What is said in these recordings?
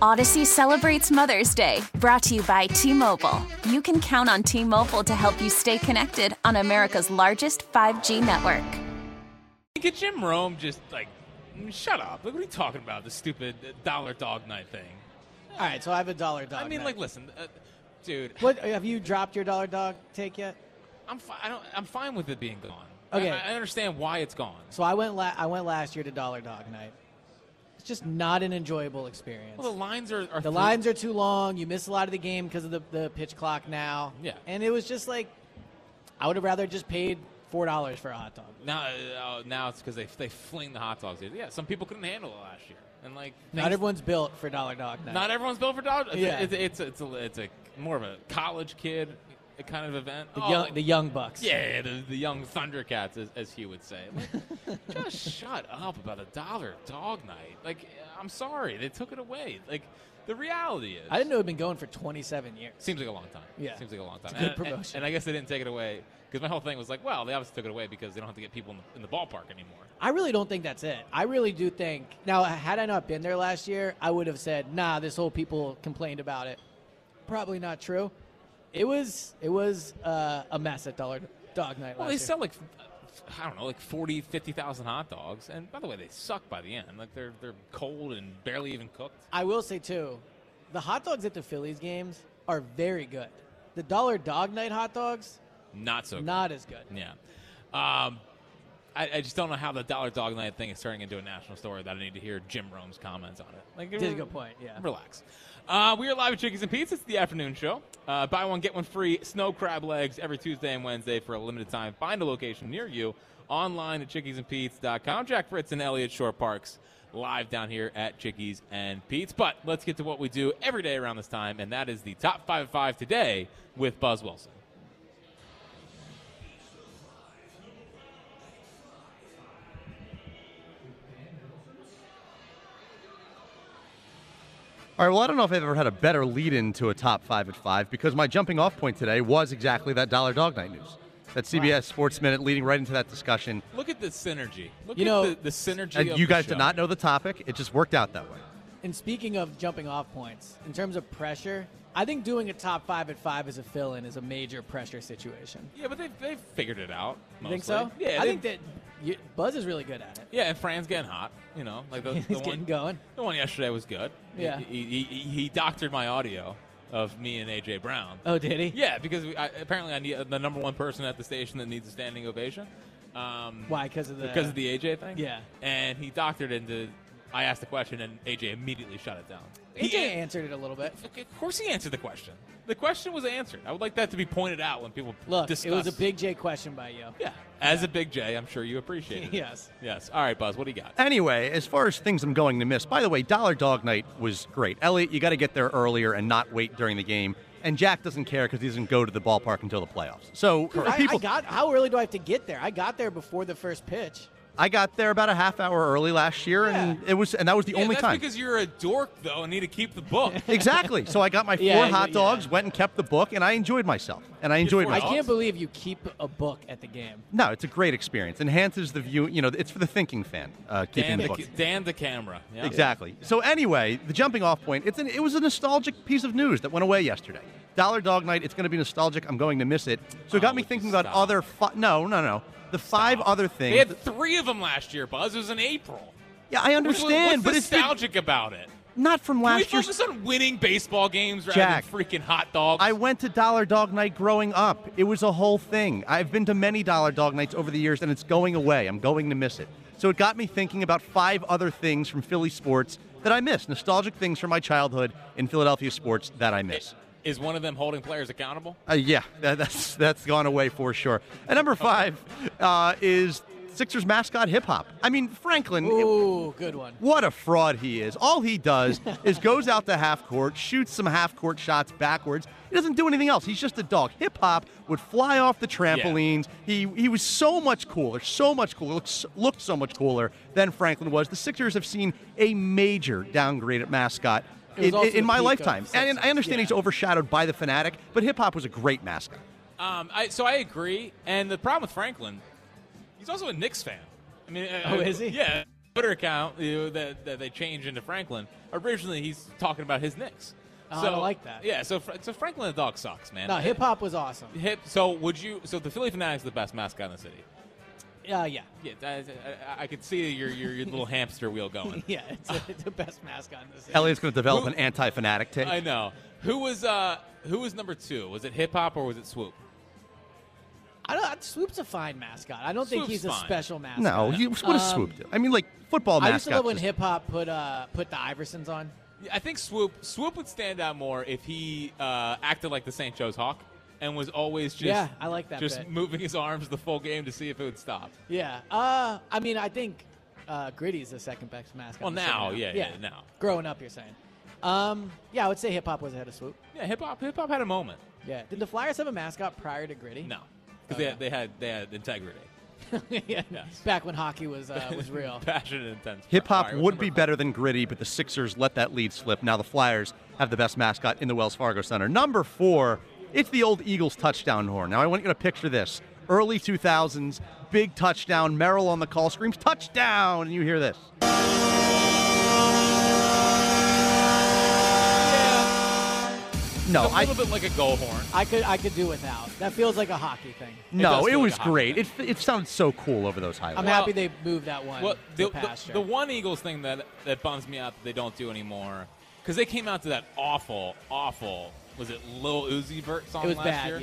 Odyssey celebrates Mother's Day, brought to you by T Mobile. You can count on T Mobile to help you stay connected on America's largest 5G network. Get Jim Rome just like, shut up. Like, what are you talking about? The stupid dollar dog night thing. All right, so I have a dollar dog. I mean, now. like, listen, uh, dude, what have you dropped your dollar dog take yet? I'm fi- I don't, I'm fine with it being gone. Okay. I, I understand why it's gone. So I went la- I went last year to Dollar Dog Night. It's just not an enjoyable experience. Well, the lines are, are the lines are too long. You miss a lot of the game because of the, the pitch clock now. Yeah. And it was just like, I would have rather just paid four dollars for a hot dog. now. Uh, now it's because they they fling the hot dogs. Yeah, some people couldn't handle it last year, and like Not thanks- everyone's built for Dollar Dog Night. not everyone's built for dogs. It's, Yeah. it's, it's, it's, a, it's a more of a college kid kind of event. the Oh, young like- the young bucks. Yeah, the, the young Thundercats, as, as Hugh would say. Like, just shut up about a dollar dog night. Like, I'm sorry, they took it away. Like, the reality is, I didn't know it'd been going for 27 years. seems like a long time. Yeah. seems like a long It's a time. good And- and- promotion. And, I guess they didn't take it away because my whole thing was like, well, they obviously took it away because they don't have to get people in the, in the ballpark anymore. I really don't think that's it. I really do think now. Had I not been there last year, I would have said, "Nah, this whole people complained about it." Probably not true. It was it was uh, a mess at Dollar Dog Night last Well, they year. sell like f- I don't know, like 40, 50,000 hot dogs, and by the way, they suck by the end. Like they're they're cold and barely even cooked. I will say too, the hot dogs at the Phillies games are very good. The Dollar Dog Night hot dogs Not so. good. not as good. Yeah. Um, I, I just don't know how the dollar dog night thing is turning into a national story that I need to hear Jim Rome's comments on it. Like, That's a good point, yeah. Relax. Uh, we are live at Chickies and Pizza. It's the afternoon show. Uh, buy one, get one free snow crab legs every Tuesday and Wednesday for a limited time. Find a location near you online at chickiesandpete's.com. Jack Fritz and Elliot Shore Parks live down here at Chickies and Pete's. But let's get to what we do every day around this time, and that is the top five of five today with Buzz Wilson. All right, well, I don't know if I've ever had a better lead in to a top five at five because my jumping off point today was exactly that Dollar Dog Night news. That CBS Sports Minute leading right into that discussion. Look at the synergy. Look You at know- the, the synergy. And of you the guys show. did not know the topic, it just worked out that way. And speaking of jumping off points, in terms of pressure, I think doing a top five at five as a fill-in is a major pressure situation. Yeah, but they they figured it out. You Mostly. think so? Yeah, I they- think that you, Buzz is really good at it. Yeah, and Fran's getting hot. You know, like the, He's the getting one going. The one yesterday was good. Yeah. He, he, he, he doctored my audio of me and AJ Brown. Oh, did he? Yeah, because we, I, apparently I need uh, the number one person at the station that needs a standing ovation. Um, Why? Because of the Because of the AJ thing. Yeah. And he doctored into. I asked the question and AJ immediately shut it down. AJ He an- answered it a little bit. Of course, he answered the question. The question was answered. I would like that to be pointed out when people Look, Discuss. it was a Big J question by you. Yeah, as a big J, I'm sure you appreciate it. Yes. Yes. All right, Buzz. What do you got? Anyway, as far as things I'm going to miss, by the way, Dollar Dog Night was great. Elliot, you got to get there earlier and not wait during the game. And Jack doesn't care because he doesn't go to the ballpark until the playoffs. So I, I people, got. How early do I have to get there? I got there before the first pitch. I got there about a half hour early last year, and Yeah. it was, and that was the Yeah, only that's time. because you're a dork, though, and need to keep the book. Exactly. So I got my four Yeah, yeah, hot yeah. dogs, went and kept the book, and I enjoyed myself. And I enjoyed four I myself. dogs? can't believe you keep a book at the game. No, it's a great experience. Enhances the view. You know, it's for the thinking fan. Uh, keeping Dan the the, book. ca- Dan the camera. Yeah. Exactly. So anyway, the jumping off point. It's an, it was a nostalgic piece of news that went away yesterday. Dollar Dog Night. It's going to be nostalgic. I'm going to miss it. So it got Oh, me would you thinking about stop? other. Fi- no, no, no. The five other things. They had three of them last year, Buzz. It was in April. yeah, I Which was- understand, What's but it's nostalgic about it? not from Can we last year's focus on winning baseball games rather Jack, than freaking hot dogs? I went to Dollar Dog Night growing up. It was a whole thing. I've been to many Dollar Dog Nights over the years, and it's going away. I'm going to miss it. So it got me thinking about five other things from Philly sports that I miss, nostalgic things from my childhood in Philadelphia sports that I miss. Is one of them holding players accountable? Uh, yeah, that, that's that's gone away for sure. And number five uh, is Sixers mascot hip hop. I mean, Franklin. it- Ooh, good one. what a fraud he is. All he does is goes out to half court, shoots some half court shots backwards. He doesn't do anything else. He's just a dog. Hip hop would fly off the trampolines. He he was so much cooler, so much cooler, looked, s- looked so much cooler than Franklin was. The Sixers have seen a major downgrade at mascot It was in, also in the my peak of lifetime. the And I Sixers, understand yeah. he's overshadowed by the fanatic, but hip hop was a great mascot. Um, I, so I agree. And the problem with Franklin, he's also a Knicks fan. I mean, uh, Oh, is he? Yeah, Twitter account you know, that, that they changed into Franklin. Originally, he's talking about his Knicks. Oh, I don't like that. Yeah, so Fra- so Franklin the dog sucks, man. No, hip hop was awesome. Hip. So would you? So the Philly Fanatics are the best mascot in the city. Yeah, yeah, uh, Yeah, I, I, I could see your your, your little hamster wheel going. yeah. It's, uh, it's the best mascot in the city. Elliot's going to develop Who- an anti fanatic take. I know. Who was uh who was number two? Was it hip hop or was it swoop? I don't. uh, Swoop's a fine mascot. I don't think Swoop's he's a fine. special mascot. No, you, what does Um, Swoop do? I mean, like football I used to mascots. love when just- hip hop put uh put the Iversons on. Yeah, I think swoop swoop would stand out more if he uh, acted like the St. Joe's hawk and was always just Yeah, I like that just bit. moving his arms the full game to see if it would stop. Yeah. Uh, I mean, I think uh, Gritty's the second best mascot. Well, in the city now, yeah, yeah, now. Growing up, you're saying. Um, yeah, I would say hip hop was ahead of Swoop. Yeah, hip hop hip hop had a moment. Yeah. Did the Flyers have a mascot prior to Gritty? No, because Okay. they, had, they had they had integrity, yeah. Yes. Back when hockey was uh, was real. passion, and intense. Hip hop All would right, what's be number better than gritty, but the Sixers let that lead slip. Now the Flyers have the best mascot in the Wells Fargo Center. Number four, it's the old Eagles touchdown horn. Now I want you to picture this: early 2000s, big touchdown. Merrill on the call screams touchdown, and you hear this. No, five? I It's a little bit like a goal horn. I could I could do without. That feels like a hockey thing. does no, feel it like was a hockey great. It, game. it sounded so cool over those highlights. I'm Well- happy they moved that one Well, to the, pasture. the, the one Eagles thing that that bums me out that they don't do anymore because they came out to that awful, awful was it Lil Uzi Vert song It was last bad, year?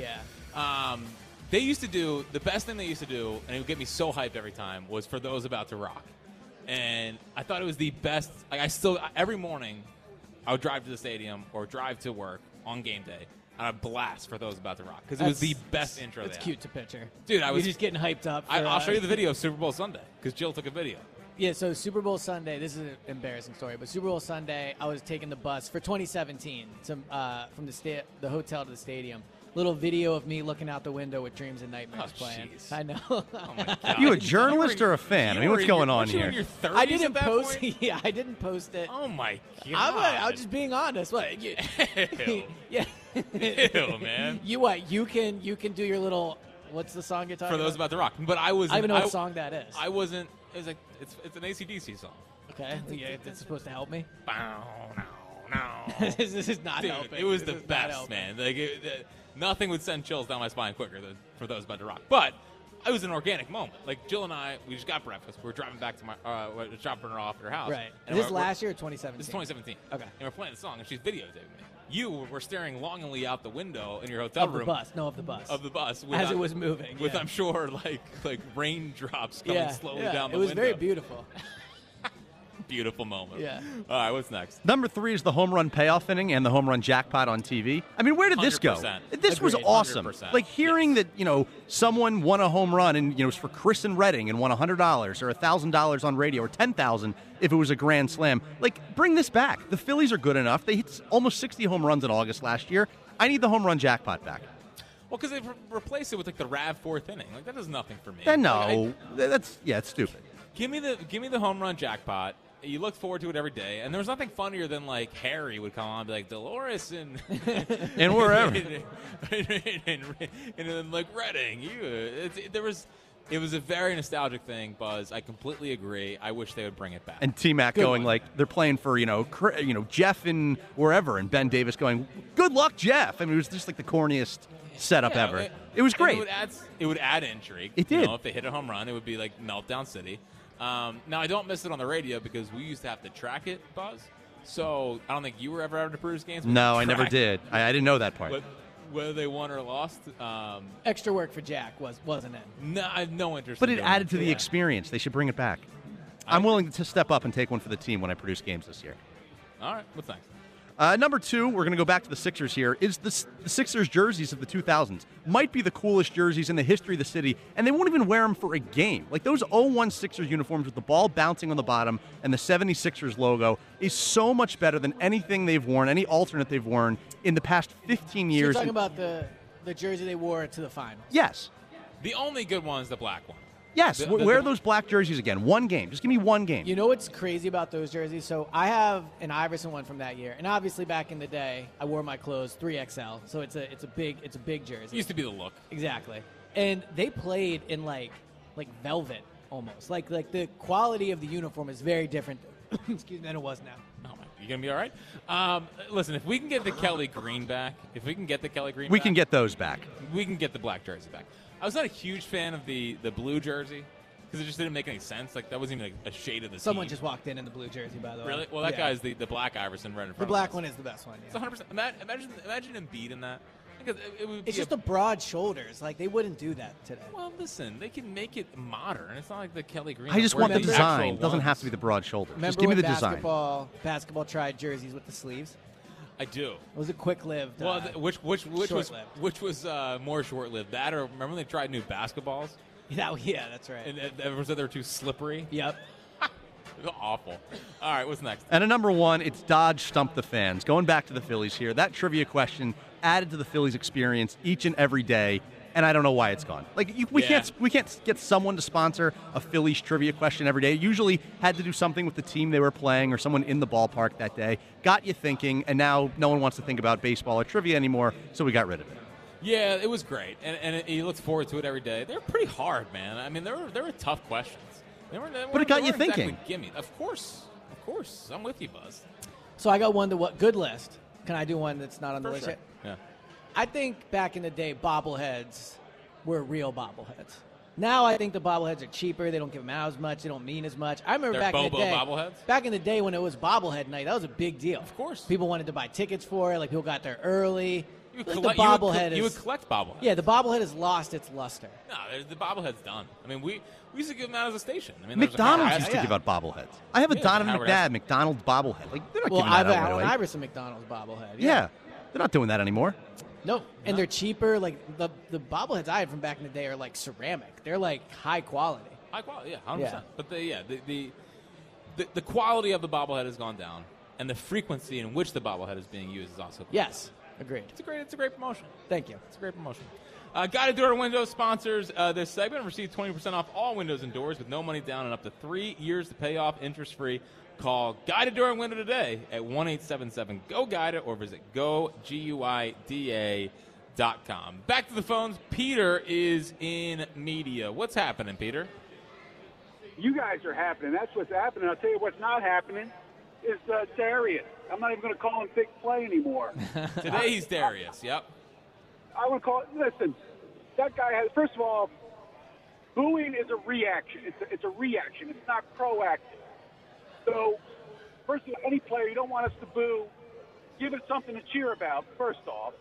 yeah. Um, they used to do the best thing they used to do, and it would get me so hyped every time was for those about to rock, and I thought it was the best. Like I still every morning, I would drive to the stadium or drive to work on game day. And a blast for those about to rock because it was That's- the best intro. It's they had. cute to picture, Dude, I was- You're just getting hyped up. I, for, I'll uh, show you the video of Super Bowl Sunday because Jill took a video. Yeah, so Super Bowl Sunday. This is an embarrassing story, but Super Bowl Sunday, I was taking the bus for 2017 to, uh, from the sta- the hotel to the stadium. Little video of me looking out the window with dreams and nightmares Oh, playing. jeez. I know. Oh my God. You a journalist were- or a fan? I mean, you what's were in going your- on weren't you here? in your 30s I didn't at that post. point? Yeah, I didn't post it. Oh my god! I'm, like, I was just being honest. What? You, Ew. yeah. Ew, man. You what? You can you can do your little. What's the song you're talking for those about? about to rock. But I was. I don't even know what song that is. I wasn't. It was like it's it's an ACDC song. okay, yeah, that's supposed to help me. Bow, no, no. this is not Dude, helping. it was This the is not best, helping. man. Like it, it- nothing would send chills down my spine quicker than for those about to rock. But it was an organic moment. Like Jill and I, we just got breakfast. We were driving back to my, uh, we were dropping her off at her house. Right. And this we're- we're- last year, or 2017. This is 2017. Okay. And we're playing the song, and she's videotaping me. You were staring longingly out the window in your hotel of the room bus. No, of the bus. of the bus with, As it was moving, With yeah. I'm sure like like raindrops coming yeah, slowly yeah, down the It was window. very beautiful. Beautiful moment. Yeah. All right, what's next? Number three is the home run payoff inning and the home run jackpot on TV. I mean, where did this go? 100%. This was Agreed. awesome. 100%. Like hearing that, you know, someone won a home run and you know it was for Chris and Redding and won hundred dollars or thousand dollars on radio or ten thousand if it was a grand slam. Like bring this back. The Phillies are good enough. They hit s- almost sixty home runs in August last year. I need the home run jackpot back. Well, because they re- replaced it with like the Rav fourth inning. Like that does nothing for me. Then no, Like, I- Th- that's yeah, it's stupid. give me the give me the home run jackpot. You looked forward to it every day, and there was nothing funnier than like Harry would come on and be like Dolores and And wherever. and, and, and then like Redding. You, it's it, there was. It was a very nostalgic thing, Buzz. I completely agree. I wish they would bring it back. and T Mac Good going one. like they're playing for you know Cr- you know Jeff and wherever, and Ben Davis going, "Good luck, Jeff." I mean, it was just like the corniest setup Yeah, ever. It, it- was and great. It would add, it would add intrigue. It You did. know, if they hit a home run, it would be like meltdown city. Um, now I don't miss it on the radio because we used to have to track it, Buzz. So I don't think you were ever out to Brewers games. but No, you I never tracked did. I, I didn't know that part. what- whether they won or lost, um, Extra work for Jack was wasn't it? no, I have no interest. But in it doing added to the Yeah. experience. They should bring it back. I'm willing to step up and take one for the team when I produce games this year. All right, what's next? Uh, number two, we're going to go back to the Sixers here, is the, S- the Sixers jerseys of the 2000s. Might be the coolest jerseys in the history of the city, and they won't even wear them for a game. Like those 01 Sixers uniforms with the ball bouncing on the bottom and the 76ers logo is so much better than anything they've worn, any alternate they've worn in the past 15 So you're years. talking about the the jersey they wore to the finals. yes. The only good one is the black one. Yes. The- w- the- wear the- those black jerseys again. One game. Just give me one game. You know what's crazy about those jerseys? So I have an Iverson one from that year, and obviously back in the day, I wore my clothes 3XL, so it's a it's a big it's a big It jersey. used to be the look. Exactly. And they played in like like velvet almost. Like like the quality of the uniform is very different excuse me than it was now. Oh my, you gonna be all right? Um, listen, if we can get the Kelly Green back, if we can get the Kelly Green, we back, can get those back. we can get the black jersey back. I was not a huge fan of the the blue jersey because it just didn't make any sense. Like that wasn't even like, a shade of the. Someone team. just walked in in the blue jersey by the way. really well. That Yeah. guy's the the black Iverson right in front. the of black us. one is the best one. It's Yeah. 100. percent Imagine imagine Embiid in that. Because it, it would be It's just a the broad shoulders. Like they wouldn't do that today. Well, listen, they can make it modern. It's not like the Kelly Green. I just We're want the these design. actual It doesn't have ones. to be the broad shoulders. Remember Just give when me the design. basketball basketball tried jerseys with the sleeves? I do. It was a quick lived. uh, Well, th- which which which was short-lived. which was uh, more short-lived? That or remember when they tried new basketballs yeah, yeah, that's right. and uh, everyone said they were too slippery? yep. It was awful. All right, what's next? And at number one, it's Dodge Stump the Fans. Going back to the Phillies here, that trivia question added to the Phillies experience each and every day. And I don't know why it's gone. Like you, we Yeah. can't we can't get someone to sponsor a Phillies trivia question every day. It usually had to do something with the team they were playing or someone in the ballpark that day. Got you thinking, and now no one wants to think about baseball or trivia anymore, so we got rid of it. Yeah, it was great, and and it, you looked forward to it every day. They're pretty hard, man. I mean, there were there were tough questions. They were, they But it got you thinking. Give me, of course, of course. I'm with you, Buzz. So I got one to what good list. Can I do one that's not on the For list sure. yet? Yeah. I think back in the day, bobbleheads were real bobbleheads. Now I think the bobbleheads are cheaper. They don't give them out as much. They don't mean as much. I remember They're back in the Bobo day. bobbleheads? Back in the day when it was bobblehead night, that was a big deal. Of course. people wanted to buy tickets for it. Like people got there early. You would, Like, collect, the you would bobblehead col- is. you would collect bobbleheads. yeah, the bobblehead has lost its luster. No, the- the bobblehead's done. I mean, we we used to give them out as a station. I mean, there was a McDonald's Howard- used to yeah. give out bobbleheads. I have a Yeah, Donovan Howard McNabb Ashman. McDonald's bobblehead. Like they're not Well, giving I've that out right Allen away. Iverson McDonald's bobblehead. yeah, they're not doing that anymore. No, and they're cheaper. Like the the bobbleheads I had from back in the day are like ceramic. They're like high quality. High quality, yeah, hundred Yeah. percent. But the yeah the, the the the quality of the bobblehead has gone down, and the frequency in which the bobblehead is being used is also. Yes, agreed. it's a great it's a great promotion. Thank you. It's a great promotion. Uh, Guided Door to Windows sponsors uh, this segment. and Receive 20% off all windows and doors with no money down and up to three years to pay off interest free. Call Guided Door and Window today at 1 877 GO GUIDED or visit goguida.com. Back to the phones. Peter is in media. What's happening, Peter? You guys are happening. That's what's happening. I'll tell you what's not happening is uh, Darius. I'm not even going to call him big play anymore. Today he's Darius. Yep. I would call it. Listen, that guy has. First of all, booing is a reaction. It's a, it's a reaction. It's not proactive. So, first of all, any player you don't want us to boo, give us something to cheer about. First off.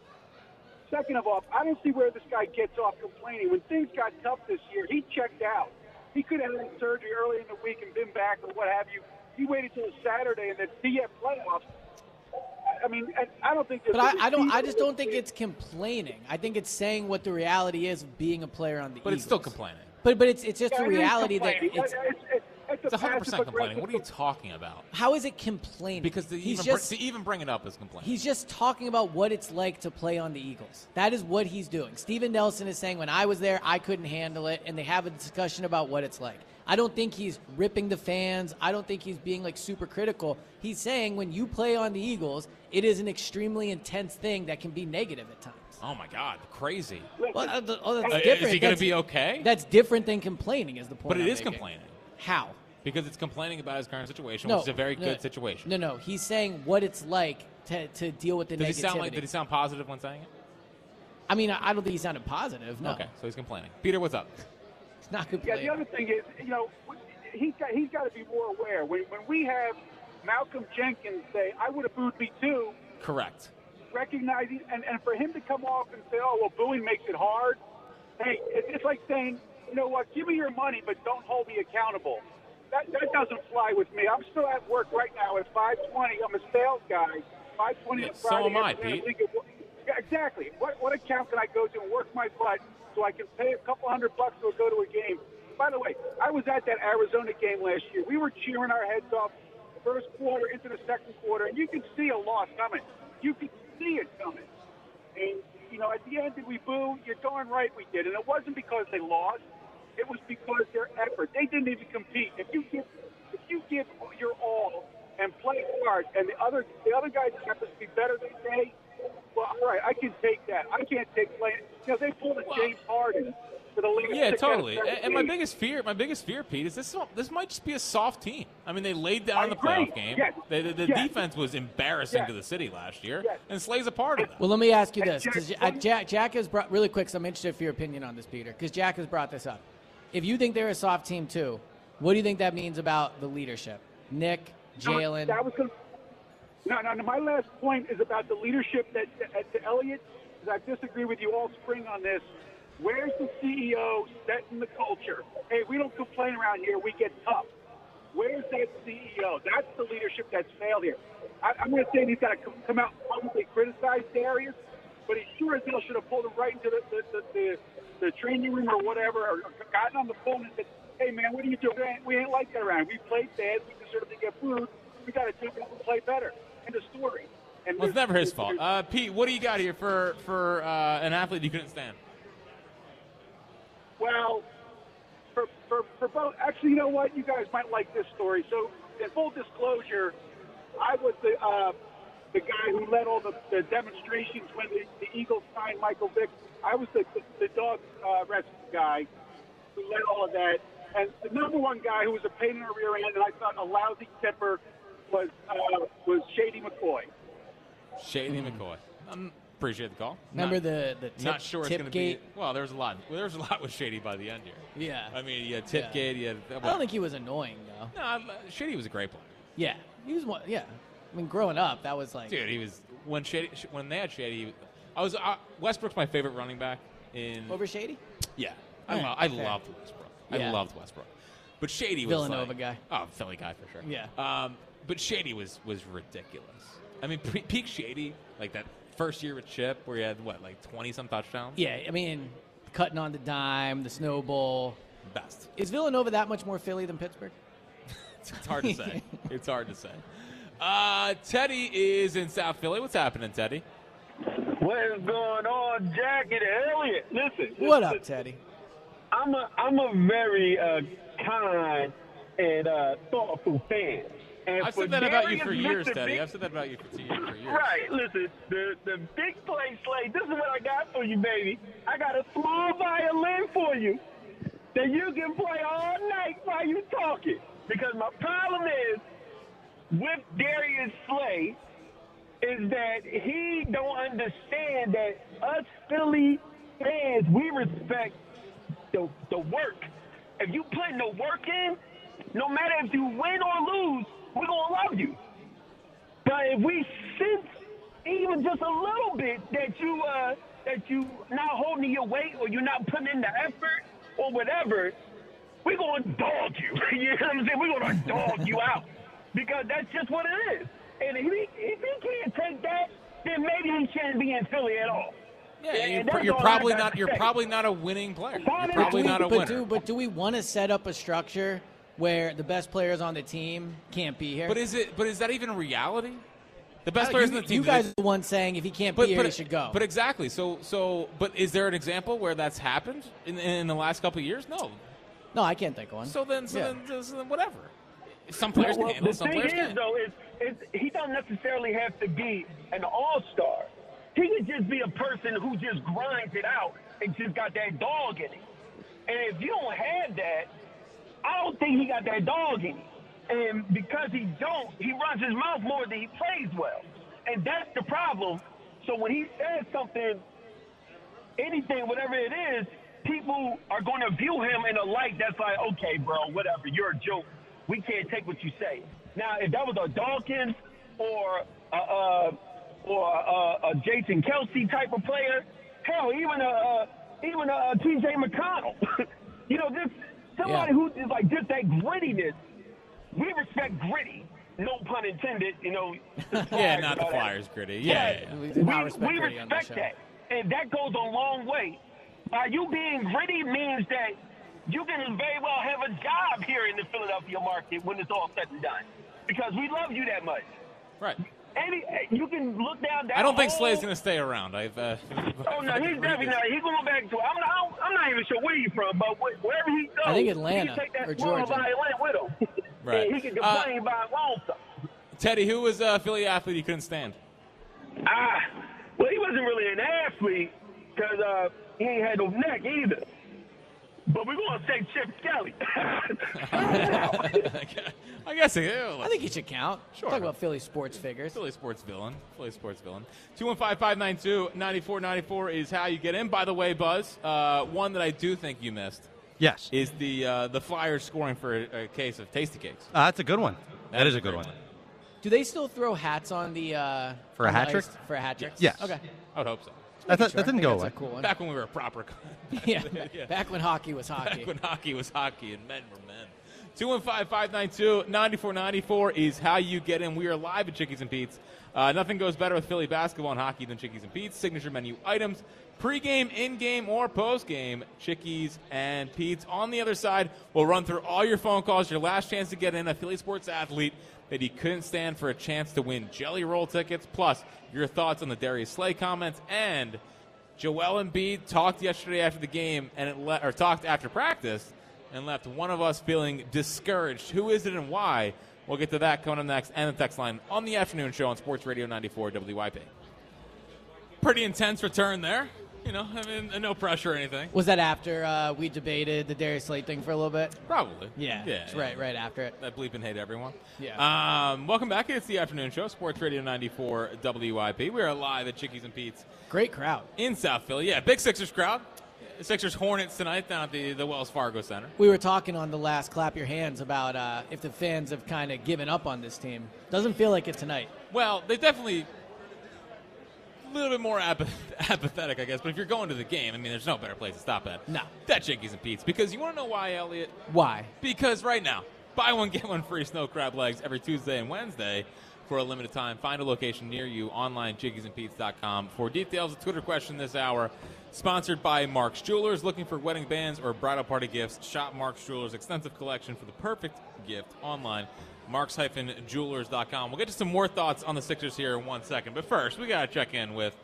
Second of all, I don't see where this guy gets off complaining. When things got tough this year, he checked out. He could have had surgery early in the week and been back or what have you. He waited till Saturday and then see at playoffs. I- I mean, and I don't think. there's But a I, I don't. I receiver just don't in think this it's complaining. I think it's saying what the reality is of being a player on the. But it's still Eagles. complaining. But but it's it's just the Yeah, it is reality that complaining. it's. It's, it's, it's, It's a 100% passive complaining. aggressive- What are you talking about? How is it complaining? Because to he's even, just br- to even bring it up is complaining. He's just talking about what it's like to play on the Eagles. That is what he's doing. Steven Nelson is saying, when I was there, I couldn't handle it, and they have a discussion about what it's like. I don't think he's ripping the fans. I don't think he's being like super critical. He's saying when you play on the Eagles, it is an extremely intense thing that can be negative at times. oh my God, crazy. Well, uh, th- oh, that's Uh, is different. he gonna That's- be okay? That's different than complaining, is the point. But it I'm is making. complaining How? because it's complaining about his current situation, No, which is a very no, good situation. No, no, he's saying what it's like to, to deal with the Did negativity. he sound like? Did he sound positive when saying it? I mean, I I don't think he sounded positive. No, Okay, so he's complaining. Peter, what's up? it's not Yeah, complaining. the other thing is, you know, he's got he's got to be more aware. When when we have Malcolm Jenkins say, I would have booed me too, Correct. recognizing, and, and for him to come off and say, oh, well, booing makes it hard. Hey, it, it's like saying, you know what, give me your money, but don't hold me accountable. That, that doesn't fly with me. I'm still at work right now at 520. I'm a sales guy. 520 Yeah, on so Friday am I, afternoon, Pete. think it wa- Yeah, exactly. What, what account can I go to and work my butt so I can pay a couple hundred bucks to go to a game? By the way, I was at that Arizona game last year. We were cheering our heads off the first quarter into the second quarter, and you could see a loss coming. You could see it coming. And, you know, at the end, did we boo? You're darn right we did. And it wasn't because they lost. It was because their effort. They didn't even compete. If you give, if you give your all and play hard, and the other the other guy happens to be better than they, well, all right, I can take that. I can't take playing. You know, they pulled a Well- James Harden for the league. Yeah, totally. And and my biggest fear, my biggest fear, Pete, is this. This might just be a soft team. I mean, they laid down I in the agree. playoff game. Yes. They, the the Yes. defense was embarrassing Yes. to the city last year, Yes. and Slay's a part of that. Well, let me ask you And this, Jack- because Jack, Jack has brought really quick. So I'm interested for your opinion on this, Peter, because Jack has brought this up. If you think they're a soft team too, what do you think that means about the leadership? Nick, Jalen, That was gonna, no, no, no. My last point is about the leadership that, that to Elliot. 'cause I disagree with you all spring on this. Where's the CEO setting the culture? Hey, we don't complain around here. We get tough. Where's that CEO? That's the leadership that's failed here. I, I'm going to say he's got to come, come out and publicly criticize Darius, but he sure as hell should have pulled him right into the the, the, the, the training room or whatever, or gotten on the phone and said, "Hey man, what are you doing? We ain't, we ain't like that around. We played bad. We deserve to get booed. We got to take up and play better." End of story. And Well, it's never his there's- fault. there's- Uh, Pete, what do you got here for for uh, an athlete you couldn't stand? Well, for, for, for both, actually, you know what? You guys might like this story. So, in full disclosure, I was the uh, the guy who led all the, the demonstrations when the, the Eagles signed Michael Vick. I was the, the, the dog uh, rescue guy who led all of that. And the number one guy who was a pain in the rear end, and I thought a lousy tipper, was uh, was Shady McCoy. Shady McCoy. Um, appreciate the call. Mm. remember Not- the the tip, not sure it's tip going to be. gate? Well, there's a lot. Well, there's a lot with Shady by the end here. Yeah, I mean, you had Tipgate. You had. I don't think he was annoying though. No, I- Shady was a great player. Yeah, he was one. Yeah, I mean, growing up, that was like Dude, he was when Shady when they had Shady. He, I was uh, Westbrook's my favorite running back in. over Shady. yeah, I, Alright, lo- I fair. loved Westbrook. I Yeah. loved Westbrook, but Shady was Villanova like- guy. Oh, Philly guy for sure. Yeah. Um, but Shady was was ridiculous. I mean, pre- peak Shady like that first year with Chip, where he had what like twenty some touchdowns. Yeah, I mean, cutting on the dime, the snowball. Best. Is Villanova that much more Philly than Pittsburgh? It's, it's hard to say. it's hard to say. Uh, Teddy is in South Philly. What's happening, Teddy? What is going on, Jack and Elliot? Listen, What up, Teddy? I'm a I'm a very uh, kind and uh, thoughtful fan. And I've for said that about you Darius for years, Mr. Teddy. Big- I've said that about you for, to you for years. Right, listen, the the big play slate. This is what I got for you, baby. I got a small violin for you that you can play all night while you talking. Because my problem is with Darius Slay is that he don't understand that us Philly fans we respect the the work. If you putting the work in, no matter if you win or lose, we're gonna love you. But if we sense even just a little bit that you uh that you not holding your weight or you're not putting in the effort or whatever, we're gonna dog you. you know what I'm saying? We're gonna dog you out. Because that's just what it is. And if he if he can't take that, then maybe he shouldn't be in Philly at all. Yeah, And you're, that's you're all I probably got to not. You're say. probably not a winning player. You're But probably do we- not a but Do, winner. but do we want to set up a structure where the best players on the team can't be here? But is it? But is that even a reality? The I best don't- players you, in the team. You guys are the ones saying if he can't but, be here, but, he should go. But exactly. So so. But is there an example where that's happened in, in the last couple of years? No. no, I can't think of one. So then so, Yeah. then so then whatever. Some players Well, can handle. the Some thing players is, can't. though, is, is he don't necessarily have to be an all star. He could just be a person who just grinds it out and just got that dog in him. And if you don't have that, I don't think he got that dog in him. And because he don't, he runs his mouth more than he plays well. And that's the problem. So when he says something anything, whatever it is, people are going to view him in a light that's like, okay, bro, whatever, you're a joke. We can't take what you say. Now, if that was a Dawkins or a, uh, or a, a Jason Kelsey type of player, hell, even a uh, even a, uh T.J. McConnell, you know, this somebody Yeah. who is like just that grittiness. We respect gritty, no pun intended. You know, Yeah, not the flyers. Flyers gritty. Yeah, yeah, yeah. We, We, do we not respect, respect Brady on this show. that. And that goes a long way. By you being gritty means that you can very well have a job here in the Philadelphia market when it's all said and done. Because we love you that much. right. Any, you can look down that I don't think whole- Slade's gonna stay around. I've. Uh, Oh, no, he's definitely not. He's going back to. I'm not, I'm not even sure where he's from, but wh- wherever he goes, I think he Atlanta can take that or small Georgia. Uh, violin with him. Right. And he can complain about wrong stuff. Teddy, who was a Philly athlete you couldn't stand? Ah, well, he wasn't really an athlete because uh, he ain't had no neck either. But we're gonna say Chip Kelly. I guess he. I think he should count. Sure. Talk about Philly sports figures. Philly sports villain. Philly sports villain. 215-592-9494 is how you get in. By the way, Buzz, uh, one that I do think you missed Yes. is the uh, the Flyers scoring for a, a case of Tasty Cakes. Uh, that's a good one. That is a good one. Do they still throw hats on the uh, For a on the hat trick? ice- For a hat trick? Yes. Okay. I would hope so. That, that, Sure. that didn't I think go that's away. A cool one. Back when we were a proper. yeah, Back when hockey was hockey. Back when hockey was hockey and men were men. 215-592-9494 is how you get in. We are live at Chickies and Pete's. Uh, nothing goes better with Philly basketball and hockey than Chickies and Pete's. Signature menu items, pregame, in-game, or post-game, Chickies and Pete's. On the other side, we'll run through all your phone calls, your last chance to get in a Philly sports athlete that he couldn't stand for a chance to win Jelly Roll tickets, plus your thoughts on the Darius Slay comments and Joel Embiid talked yesterday after the game, and it le- or talked after practice, and left one of us feeling discouraged. Who is it and why? We'll get to that coming up next, and the text line on the afternoon show on Sports Radio 94 WIP. Pretty intense return there. You know, I mean, no pressure or anything. Was that after uh, we debated the Darius Slade thing for a little bit? Probably. Yeah. It's right, right after it. I bleep and hate everyone. Yeah. Um, welcome back. It's the afternoon show, Sports Radio 94 WIP. We are live at Chickies and Pete's Great crowd. in South Philly. Yeah, big Sixers crowd. Sixers Hornets tonight down at the, the Wells Fargo Center. We were talking on the last clap your hands about uh, if the fans have kind of given up on this team. Doesn't feel like it tonight. Well, they definitely a little bit more apath- apathetic, I guess. But if you're going to the game, I mean, there's no better place to stop at. No. that Jinkies and Pete's because you want to know why, Elliot? Why? Because right now, buy one get one free snow crab legs every Tuesday and Wednesday for a limited time. Find a location near you online jiggiesandpete's.com for details. A Twitter question this hour. Sponsored by Mark's Jewelers. Looking for wedding bands or bridal party gifts? Shop Mark's Jewelers' extensive collection for the perfect gift online. Marks-Jewelers.com. We'll get to some more thoughts on the Sixers here in one second. But first, we got to check in with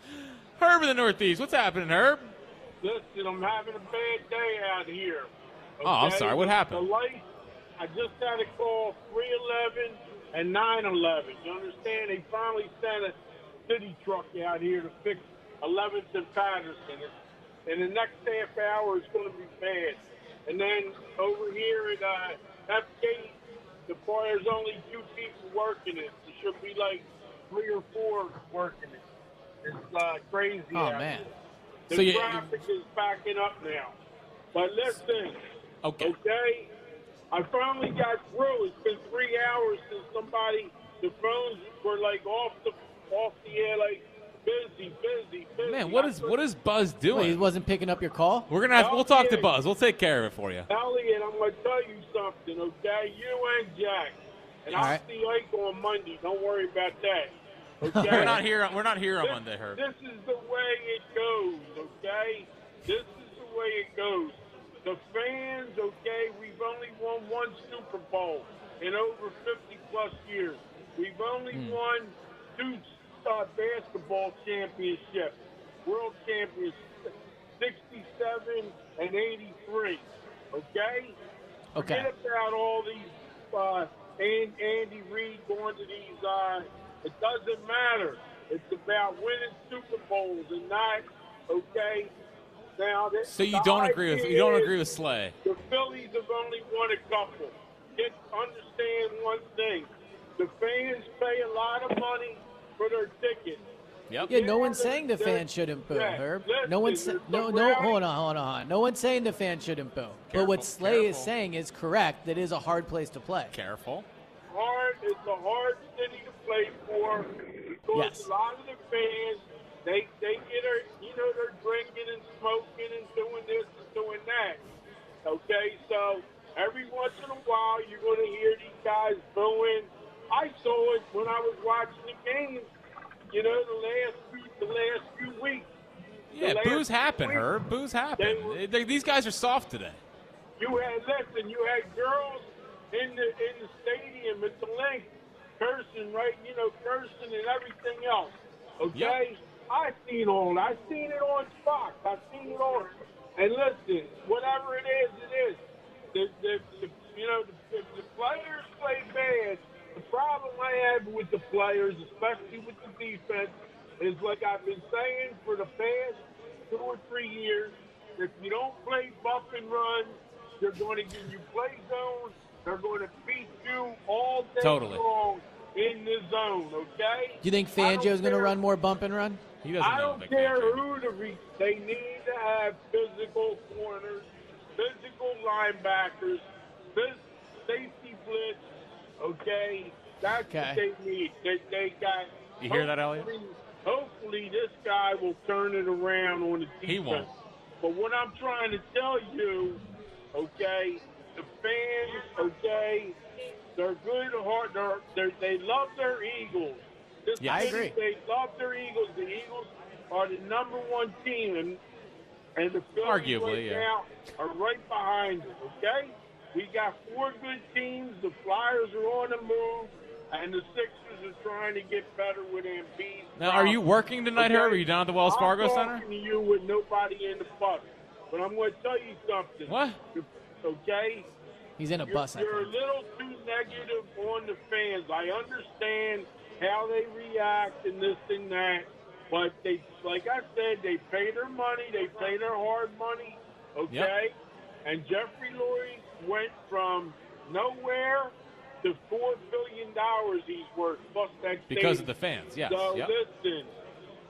Herb in the Northeast. What's happening, Herb? Listen, I'm having a bad day out here. Oh, I'm sorry. What happened? The light, I just had a call 311 and 911. You understand? They finally sent a city truck out here to fix 11th and Patterson. And the next half hour is going to be bad. And then over here at uh, F-Gate, the fire's only two people working it. There should be like three or four working it. It's uh, crazy Oh, out man. here. The So you- traffic is backing up now. But listen, Okay. okay? I finally got through. It's been three hours since somebody, the phones were like off the off the air, like busy, busy, busy. Man, what is what is Buzz Wait, he doing? wasn't picking up your call? We're gonna have. We'll talk to Okay. Buzz. We'll take care of it for you. Elliot? I'm gonna tell you something, okay? You and Jack, and All I'll right. see Ike on Monday. Don't worry about that. Okay. We're not here. We're not here on Monday, Herb. This is the way it goes, okay? This is the way it goes. The fans, okay, we've only won one Super Bowl in over 50 plus years. We've only Hmm. won two uh, basketball championships, world championships, 67 and 83, okay? Okay. Forget about all these uh, and Andy Reid going to these. Uh, it doesn't matter. It's about winning Super Bowls and not okay. Now, this, So you the don't agree with you don't idea agree is with Slay. the Phillies have only won a couple. Just understand one thing: the fans pay a lot of money for their tickets. Yep. Yeah, no one's saying the fans shouldn't boo, Yeah, Herb. listen, No one's there's no some no. rowdy- Hold on, hold on, hold on. No one's saying the fans shouldn't boo. But Careful, what Slay is careful. saying is correct. That is a hard place to play. Careful. Hard is a hard city to play for because Yes. a lot of the fans they they get her you know they're drinking and smoking and doing this and doing that. Okay, so every once in a while you're gonna hear these guys booing. I saw it when I was watching the game. You know the last few, the last few weeks. Yeah, last boos happen, week- Herb. Boos happen. They were- They- they- these guys are soft today. You had listen, you had girls in the in the stadium at the link cursing, right? You know, cursing and everything else. Okay, I seen all. I seen it on Fox. I seen it on. And listen, whatever it is, it is. The, the, the you know the, the players play bad. The problem I have with the players, especially with the defense, is like I've been saying for the past two or three years. If you don't play buff and run, they're going to give you play zone. They're going to beat you all day Totally. long in the zone. Okay. Do you think I don't Fangio's going to care- run more bump and run? He doesn't I know don't Vic care Fangio. who the re- they need to have physical corners, physical linebackers, phys- safety blitz. Okay, that's Okay. what they need. They, they got. You hear that, Elliot? hopefully- Hopefully, this guy will turn it around on the defense. He won't. But what I'm trying to tell you, okay, the fans, okay, they're good heart. They're, they're they love their Eagles. This Yeah, I city, agree. They love their Eagles. The Eagles are the number one team, and and the Phillies Arguably, right yeah. now are right behind them. Okay, we got four good teams. The Flyers are on the move, and the Sixers are trying to get better with Embiid. Now, are you working tonight, Herb? Are you down at the Wells Fargo I'm Center? talking to you with nobody in the bus, but I'm going to tell you something. What? Okay, He's in a you're, bus. I you're a think. little too negative on the fans. I understand how they react and this and that, but they, like I said, they pay their money. They pay their hard money. Okay, and Jeffrey Lurie went from nowhere to four billion dollars he's worth. Plus that Because stadium. of the fans, yes. So yep. listen,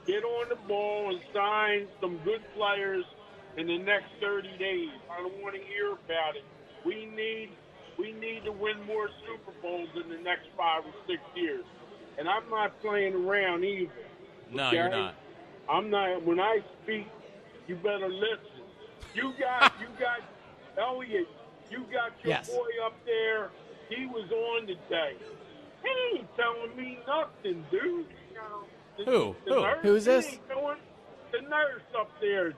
get on the ball and sign some good players in the next 30 days. I don't want to hear about it. We need we need to win more Super Bowls in the next five or six years. And I'm not playing around either. No, you're okay? not. I'm not. When I speak, you better listen. You got, you got, Elliot. You got your Yes. boy up there. He was on today. He ain't telling me nothing, dude. The- Who? The Who? Nurse, Who's he this? ain't doing- the nurse up there,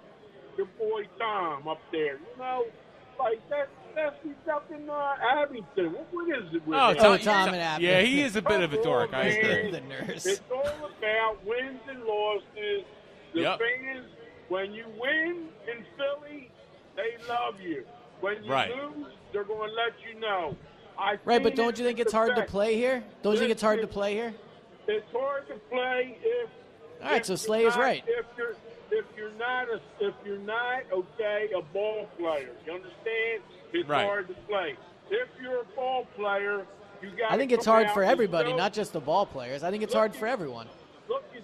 your boy Tom up there. You know, like that. That's he's up in uh, Abington. What, what is it with Oh, him? Oh, Tom, Tom and Abner. yeah, he is a bit of a dork. I Man. agree. the nurse. It's all about wins and losses. The Yep. fans, when you win in Philly, they love you. When you Right. lose, they're going to let you know. I Right, seen but don't it you think with it's the hard to Beck. play here? Don't you think it's hard to play here? It's hard to play if. All right, if so you're Slay is not- right. If you're if you're not a, if you're not okay a ball player, you understand? It's Right. hard to play. If you're a ball player, you got. I think it's hard for everybody, not just. not just the ball players. I think it's hard for everyone. Look at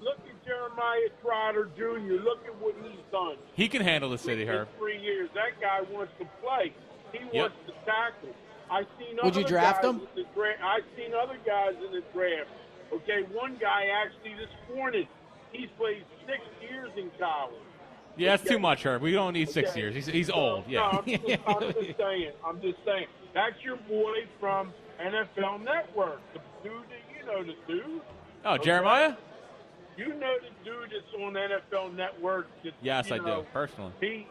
look at Jeremiah Trotter Jr. Look at what he's done He can handle the city, in Herb. three years. That guy wants to play. He Yep. wants to tackle. I seen Would other you draft guys him? in the dra- I've seen other guys in the draft. Okay, one guy actually this morning. He's played six years in college. Yeah, that's too much, Herb. We don't need six Okay. years. He's, he's So, old. Yeah. No, I'm, just, I'm just saying. I'm just saying. That's your boy from NFL Network. The dude, that- you know the dude. Oh, Jeremiah? You know the dude that's on NFL Network. That, Yes, you I know, do personally. He,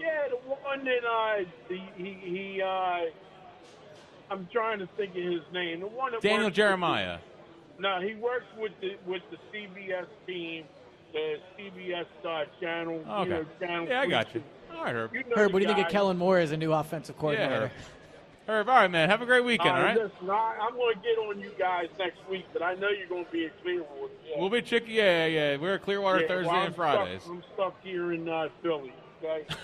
yeah, the one that uh, the, he he uh, I'm trying to think of his name. The one that works Daniel with Jeremiah. the- no, he works with the with the CBS team, the CBS uh, channel. Oh, You know, okay. channel Yeah, I got you. three. All right, Herb. You know Herb, the what do you think of guy. Kellen Moore as a new offensive Yeah, coordinator? Herb. Herb, all right, man. Have a great weekend, all Uh, right? listen, I, I'm going to get on you guys next week, but I know you're going to be in Clearwater. Yeah. We'll be chicky. Yeah, yeah, yeah. We're at Clearwater Yeah, Thursday well, I'm and Fridays. Stuck, I'm stuck here in uh, Philly. Okay?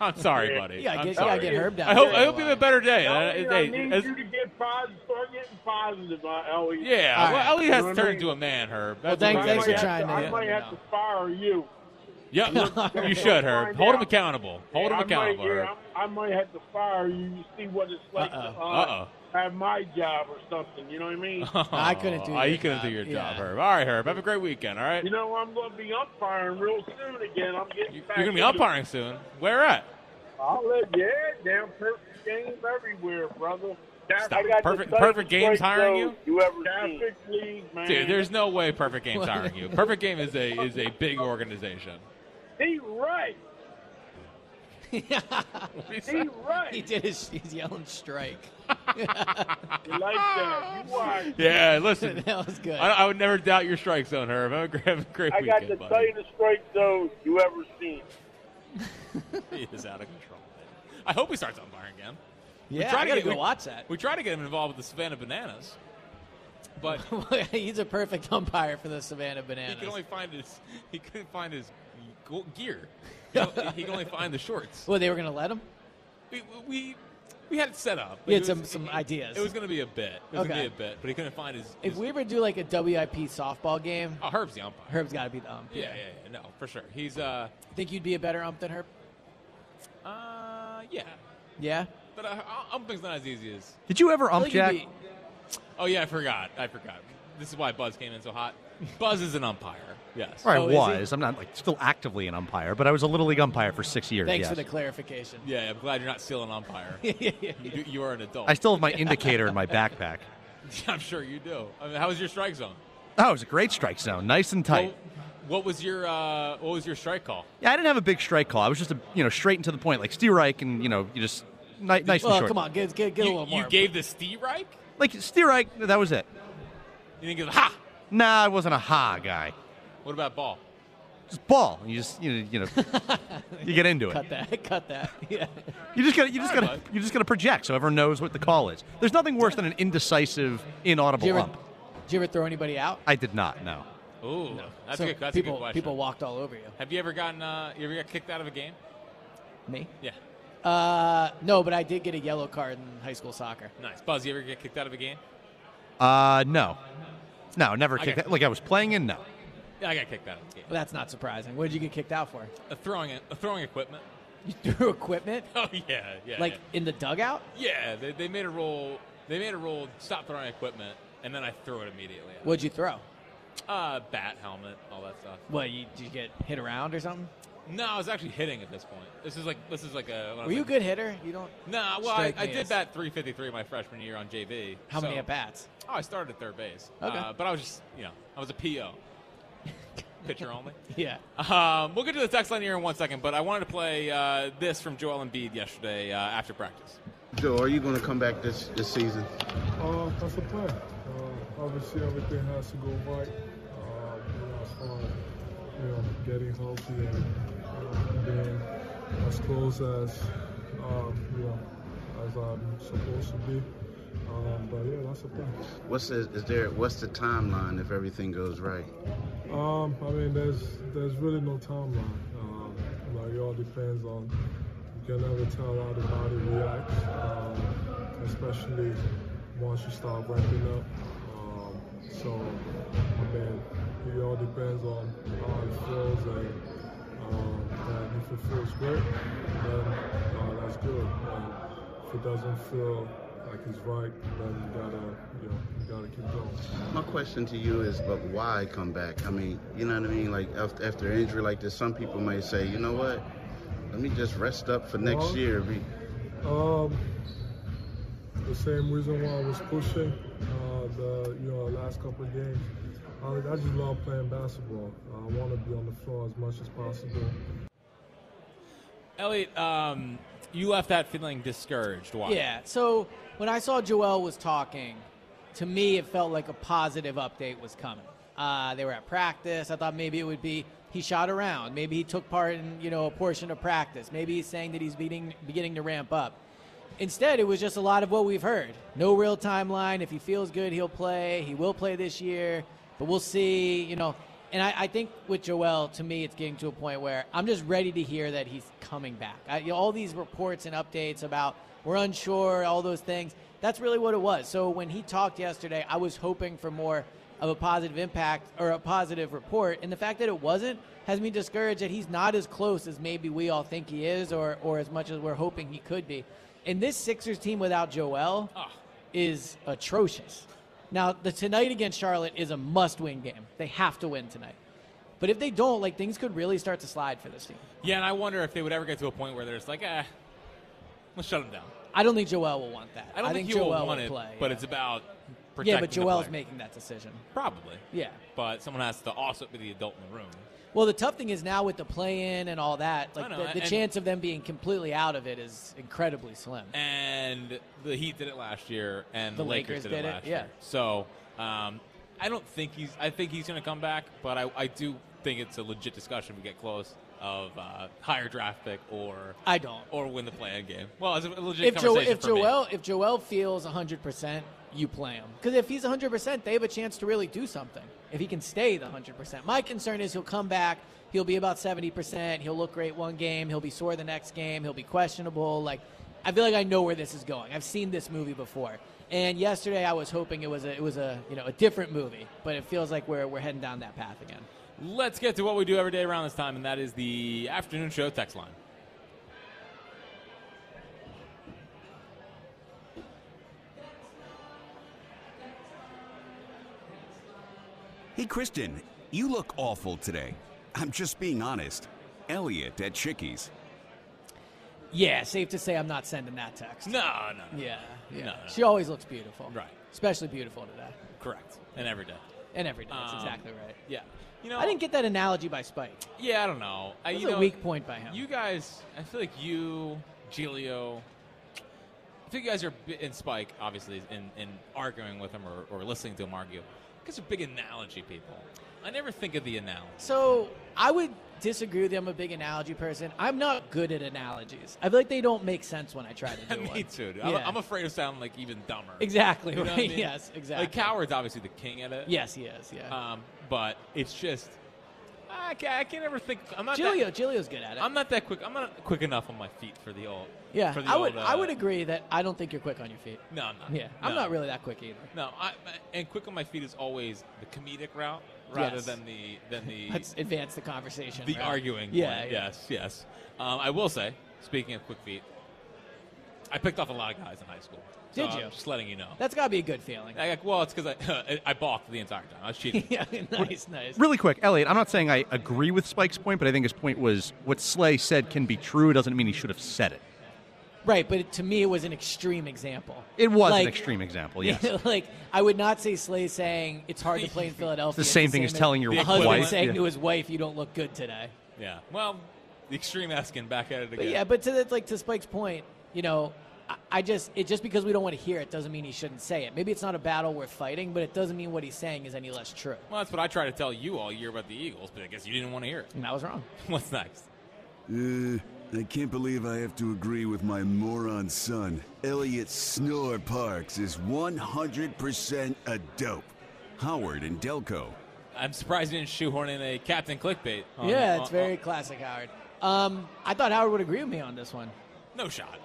I'm sorry, Yeah. buddy. You gotta I'm get, you sorry. gotta get Herb down. I hope, there I hope you have a while. better day. Uh, Elliot, I hey, need as- you to get positive. Start getting positive, uh, Elliot. yeah, All right. well, Ellie You know has what I turned mean? into a man, Herb. Well, That's thank- what I I'm thanks for might have to, trying saying. to I get might him have out. to fire you. Yeah, look, you should, Herb. Hold him accountable. Hold him I accountable, Might, yeah, Herb. I, I might have to fire you. You see what it's like to Uh-oh. uh, Uh-oh. have my job or something. You know what I mean? I couldn't do Oh, you your couldn't do job. your job, Yeah. Herb. All right, Herb. Have a great weekend. All right. you know I'm going to be umpiring real soon again. I'm getting You- back You're gonna be into- umpiring soon. Where at? I'll let yeah, damn perfect games everywhere, brother. Stop. Perfect- perfect games hiring you? You ever perfect league, man? Dude, there's no way Perfect Game's hiring you. Perfect Game is a is a big organization. he right. What do you He say? right. He did his. He's yelling strike. You like that? You watch. Yeah, listen. that was good. I, I would never doubt your strike zone, Herb. Have a great, have a great I got weekend, the buddy. tightest strike zone you ever seen. He is out of control. man. I hope he starts umpiring again. yeah, try I to gotta get- go we- watch that. We try to get him involved with the Savannah Bananas, but he's a perfect umpire for the Savannah he Bananas. could only find his he couldn't find his go- gear. He could- he could only find the shorts. well, they were gonna let him. We we, we had it set up. You had It some- some ideas. It was going to be a bit. It was Okay. going to be a bit, but he couldn't find his. If his- we ever do like a WIP softball game, oh, Herb's the umpire. Herb's got to be the ump. Yeah, yeah, yeah, no, for sure. He's uh, Think you'd be a better ump than Herb? uh, yeah, Yeah. but uh, umping's not as easy as. Did you ever I ump think you'd Jack? be- Oh yeah, I forgot. I forgot. This is why Buzz came in so hot. Buzz is an umpire. Yes. Or I Oh, is he? was. I'm not like still actively an umpire, but I was a little league umpire for six years. Thanks yes. for the clarification. Yeah, I'm glad you're not still an umpire. you, you are an adult. I still have my indicator in my backpack. I'm sure you do. I mean, how was your strike zone? Oh, it was a great strike zone, nice and tight. What, what was your uh, What was your strike call? yeah, I didn't have a big strike call. I was just a, you know straight and to the point, like Steve Reich, and you know you just ni- nice and Well, short. come on, get get, get a you little you more. gave the Steve Reich. like Steve Reich, that was it. You think it was ha? Nah, I wasn't a ha guy. What about ball? Just ball. You just you know you, know, you get into it. cut that. Cut that. Yeah. You just gotta you just All right, gotta bud. you just gotta project so everyone knows what the call is. There's nothing worse than an indecisive, Did you, inaudible ever, ump. did you ever throw anybody out? I did not. No. Ooh, that's So a good. That's people, a good question. People walked all over you. Have you ever gotten? Uh, you ever got kicked out of a game? Me? Yeah. Uh, no, but I did get a yellow card in high school soccer. Nice. Buzz, you ever get kicked out of a game? Uh, no. No, never I kicked. got- that. Like I was playing in. No. Yeah, I got kicked out of a game. Well, that's not surprising. What did you get kicked out for? Uh, throwing uh, throwing equipment. You threw equipment Oh yeah, yeah. like yeah. in the dugout. Yeah, they, they made a rule. They made a rule. Stop throwing equipment, and then I threw it immediately. What'd you throw? Uh, bat, helmet, all that stuff. What? You, did you get hit around or something? No, I was actually hitting at this point. This is like this is like a. when I was Were you a like- good hitter? You don't. Nah, well, I, Strike I me did as- that 353 my freshman year on JV. How many so- at bats? Oh, I started at third base. Okay. Uh, but I was just, you know, I was a PO, pitcher only. Yeah. Um, we'll get to the text line here in one second, but I wanted to play uh, this from Joel Embiid yesterday uh, after practice. Joe, are you going to come back this this season? Uh, that's the plan. Uh, obviously, everything has to go right. Uh, you know, as far as you know, getting healthy and uh, being as close as um, you know, as I'm supposed to be. Um, but yeah, that's the plan. What's the, is there? What's the timeline if everything goes right? Um, I mean, there's there's really no timeline. Um, like it all depends on you can never tell how the body reacts, um, especially once you start ramping up. Um, so, I mean, it all depends on how it feels and um, and if it feels good, then uh, that's good. And if it doesn't feel like it's right, then you gotta you know you gotta keep going. My question to you is, but why come back? I mean, you know what I mean? Like after, after an injury like this, some people may say, you know what? Let me just rest up for next Well- year. Be- Um, the same reason why I was pushing uh, the you know last couple of games. I, I just love playing basketball. I want to be on the floor as much as possible. Elliot, um, you left that feeling discouraged. Why? Yeah. So when I saw Joel was talking, to me it felt like a positive update was coming. Uh, they were at practice. I thought maybe it would be he shot around. Maybe he took part in you know a portion of practice. Maybe he's saying that he's beating, beginning to ramp up. Instead, it was just a lot of what we've heard. No real timeline. If he feels good, he'll play. He will play this year, but we'll see. You know, and I, I think with Joel, to me, it's getting to a point where I'm just ready to hear that he's coming back. I, you know, all these reports and updates about we're unsure, all those things. That's really what it was. So when he talked yesterday, I was hoping for more. of a positive impact or a positive report. And the fact that it wasn't has me discouraged that he's not as close as maybe we all think he is or, or as much as we're hoping he could be. And this Sixers team without Joel Ah. is atrocious. Now, the tonight against Charlotte is a must win game. They have to win tonight. But if they don't, like things could really start to slide for this team. Yeah, and I wonder if they would ever get to a point where they're just like, eh, let's shut him down. I don't think Joel will want that. I don't think, you Joel will want it, play. but yeah. it's about protecting yeah, but the Joel's player. making that decision. probably. Yeah. but someone has to also be the adult in the room. Well, the tough thing is now with the play in and all that, like I know, the, the and- chance of them being completely out of it is incredibly slim. And the Heat did it last year, and the, The Lakers did, did it it, last yeah. year. So um, I don't think he's. I think he's going to come back, but I, I do think it's a legit discussion. If we get close of uh, higher draft pick or I don't. or win the play-in game. Well, it's a legit If, jo- conversation if for me. Joel if Joel feels 100%, you play him. Because if he's 100%, they have a chance to really do something. If he can stay the 100%. My concern is he'll come back, he'll be about 70%, he'll look great one game, he'll be sore the next game, he'll be questionable. Like, I feel like I know where this is going. I've seen this movie before. And yesterday I was hoping it was a, it was a, you know, a different movie, but it feels like we're, we're heading down that path again. Let's get to what we do every day around this time, and that is the afternoon show text line. Hey, Kristen, you look awful today. I'm just being honest. Elliot at Chickies. Yeah, safe to say I'm not sending that text. No, no. no. Yeah, yeah. No, no. She always looks beautiful. Right. Especially beautiful today. Correct. And every day. And every day. That's Um, exactly right. Yeah. You know, I didn't get that analogy by Spike. Yeah, I don't know. I, That you was a know, weak point by him. You guys, I feel like you, Gilio, I think you guys are bi- and Spike, obviously, in, in arguing with him or, or listening to him argue. You guys are big analogy people. I never think of the analogy. So I would disagree with you. I'm a big analogy person. I'm not good at analogies. I feel like they don't make sense when I try to do Me one. too. dude. I'm, Yeah. I'm afraid of sounding like even dumber. Exactly, You know what I right? mean? Yes, exactly. Like Coward's obviously the king at it. Yes, he is. Yeah. Um, but it's just I can't, I can't ever think. I'm not. Gilio, that, Gilio's good at it. I'm not that quick. I'm not quick enough on my feet for the old. yeah, For the I would. old, uh, I would agree that I don't think you're quick on your feet. No, I'm not. Yeah, I'm No. not really that quick either. No, I, and quick on my feet is always the comedic route rather Yes. than the than the Let's advance the conversation. the right? arguing. Yeah, point. yeah. Yes, yes. Um, I will say, speaking of quick feet, I picked off a lot of guys in high school. So Did I'm you? just letting you know. That's got to be a good feeling. I, well, it's because I I balked the entire time. I was cheating. yeah, nice, nice. Really quick, Elliot, I'm not saying I agree with Spike's point, but I think his point was what Slay said can be true doesn't mean he should have said it. Right, but to me, it was an extreme example. It was an extreme example, yes. like I would not say Slay saying it's hard to play in Philadelphia. The same thing as telling your a husband wife, saying yeah. to his wife, "You don't look good today." Yeah. Well, the extreme Eskin back at it again. But yeah, but to the, like to Spike's point, you know, I, I just it just because we don't want to hear it doesn't mean he shouldn't say it. Maybe it's not a battle we're fighting, but it doesn't mean what he's saying is any less true. well, that's what I try to tell you all year about the Eagles, but I guess you didn't want to hear it. And I was wrong. What's next? Uh, I can't believe I have to agree with my moron son. Elliot Snore Parks is 100% a dope. Howard and Delco. I'm surprised you didn't shoehorn in a Captain Clickbait. on- yeah, on- it's very classic Howard. Um, I thought Howard would agree with me on this one. on- no shot.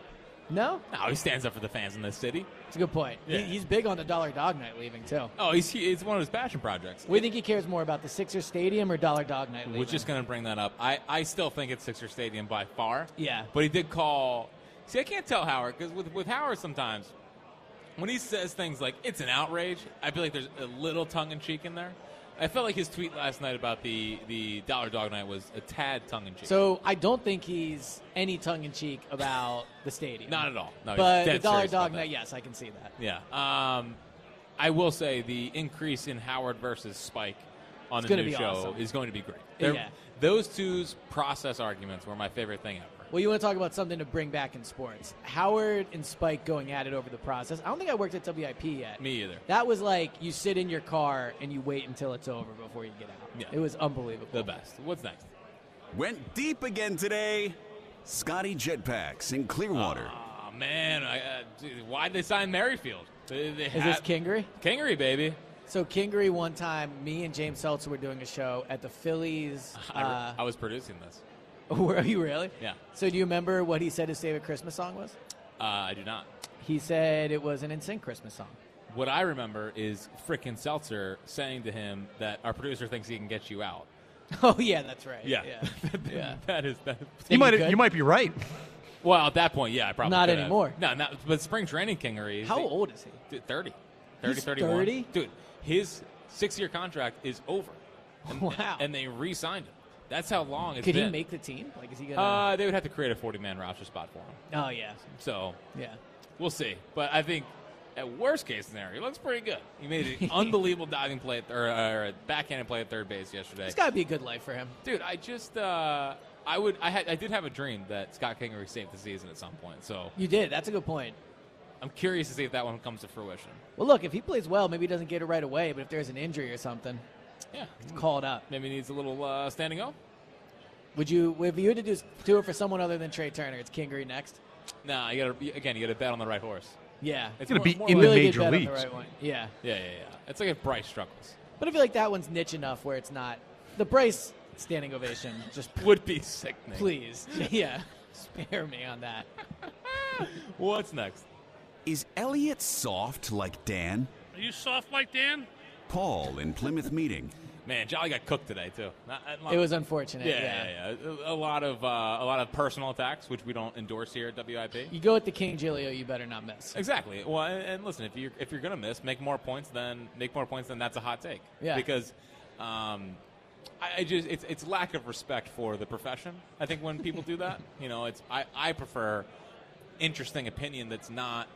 No, No, Oh, he stands up for the fans in this city. it's a good point. Yeah. He, he's big on the Dollar Dog Night leaving too. Oh, he's he, it's one of his passion projects. We think he cares more about the Sixers Stadium or Dollar Dog Night leaving. We're just going to bring that up. I, I still think it's Sixer Stadium by far. Yeah. But he did call. See, I can't tell Howard because with, with Howard sometimes, when he says things like it's an outrage, I feel like there's a little tongue in cheek in there. I felt like his tweet last night about the, the Dollar Dog Night was a tad tongue in cheek. So I don't think he's any tongue in cheek about the stadium. Not at all. No, he's but dead the Dollar serious about Dog that. Night, yes, I can see that. Yeah. Um, I will say the increase in Howard versus Spike on It's the gonna new be show awesome. is going to be great. Yeah. Those two's process arguments were my favorite thing ever. Well, you want to talk about something to bring back in sports? Howard and Spike going at it over the process. I don't think I worked at WIP yet. Me either. That was like you sit in your car and you wait until it's over before you get out. Yeah. It was unbelievable. The best. What's next? Went deep again today. Scotty Jetpacks in Clearwater. Oh, man. I, uh, dude, why'd they sign Merrifield? They, they Is this had- Kingery? Kingery, baby. So Kingery, one time, me and James Seltzer were doing a show at the Phillies. I, Uh, I was producing this. were you really? Yeah. So do you remember what he said his favorite Christmas song was? Uh, I do not. He said it was an NSYNC Christmas song. What I remember is frickin' Seltzer saying to him that our producer thinks he can get you out. Oh yeah, that's right. Yeah, Yeah. that is that. is- You might you might be right. Well, at that point, yeah, I probably Not could have. anymore. No, not but spring training kingery. How old is he? Dude, 30. 30, He's 31. 30? Dude, his six year contract is over. And, Wow. And they re signed him. That's how long it's Could been. he make the team? Like, is he gonna? Uh, they would have to create a 40 man roster spot for him. oh yeah, So yeah. we'll see. But I think at worst case scenario, he looks pretty good. He made an unbelievable diving play at th- or, or a backhanded play at third base yesterday. It's got to be a good life for him. Dude, I just uh, I would I had I did have a dream that Scott Kingery saved the season at some point. So You did. That's a good point. I'm curious to see if that one comes to fruition. Well, look, if he plays well, maybe he doesn't get it right away. But if there's an injury or something, Yeah, call it up. Maybe needs a little uh, standing up. Would you? If you had to do, do it for someone other than Trey Turner, it's Kingery next. Nah, you gotta again. You gotta bet on the right horse. Yeah, It's gonna be in the really did major bet on leagues. the right one. Yeah, Yeah, yeah, yeah. It's like if Bryce struggles, but I feel like that one's niche enough where it's not the Bryce standing ovation. Just would be sickening. please, yeah, spare me on that. What's next? Is Elliot soft like Dan? Are you soft like Dan? Paul in Plymouth meeting. Man, Jolly got cooked today too. Not- not- It was unfortunate, Yeah, yeah. yeah, yeah. A, a lot of uh, a lot of personal attacks, which we don't endorse here at WIP. You go with the King Gilio, you better not miss. Exactly. Well, and, and listen, if you're if you're gonna miss, make more points than make more points than that's a hot take. Yeah. Because, um, I, I just it's it's lack of respect for the profession. I think when people do that, you know, it's I I prefer interesting opinion that's not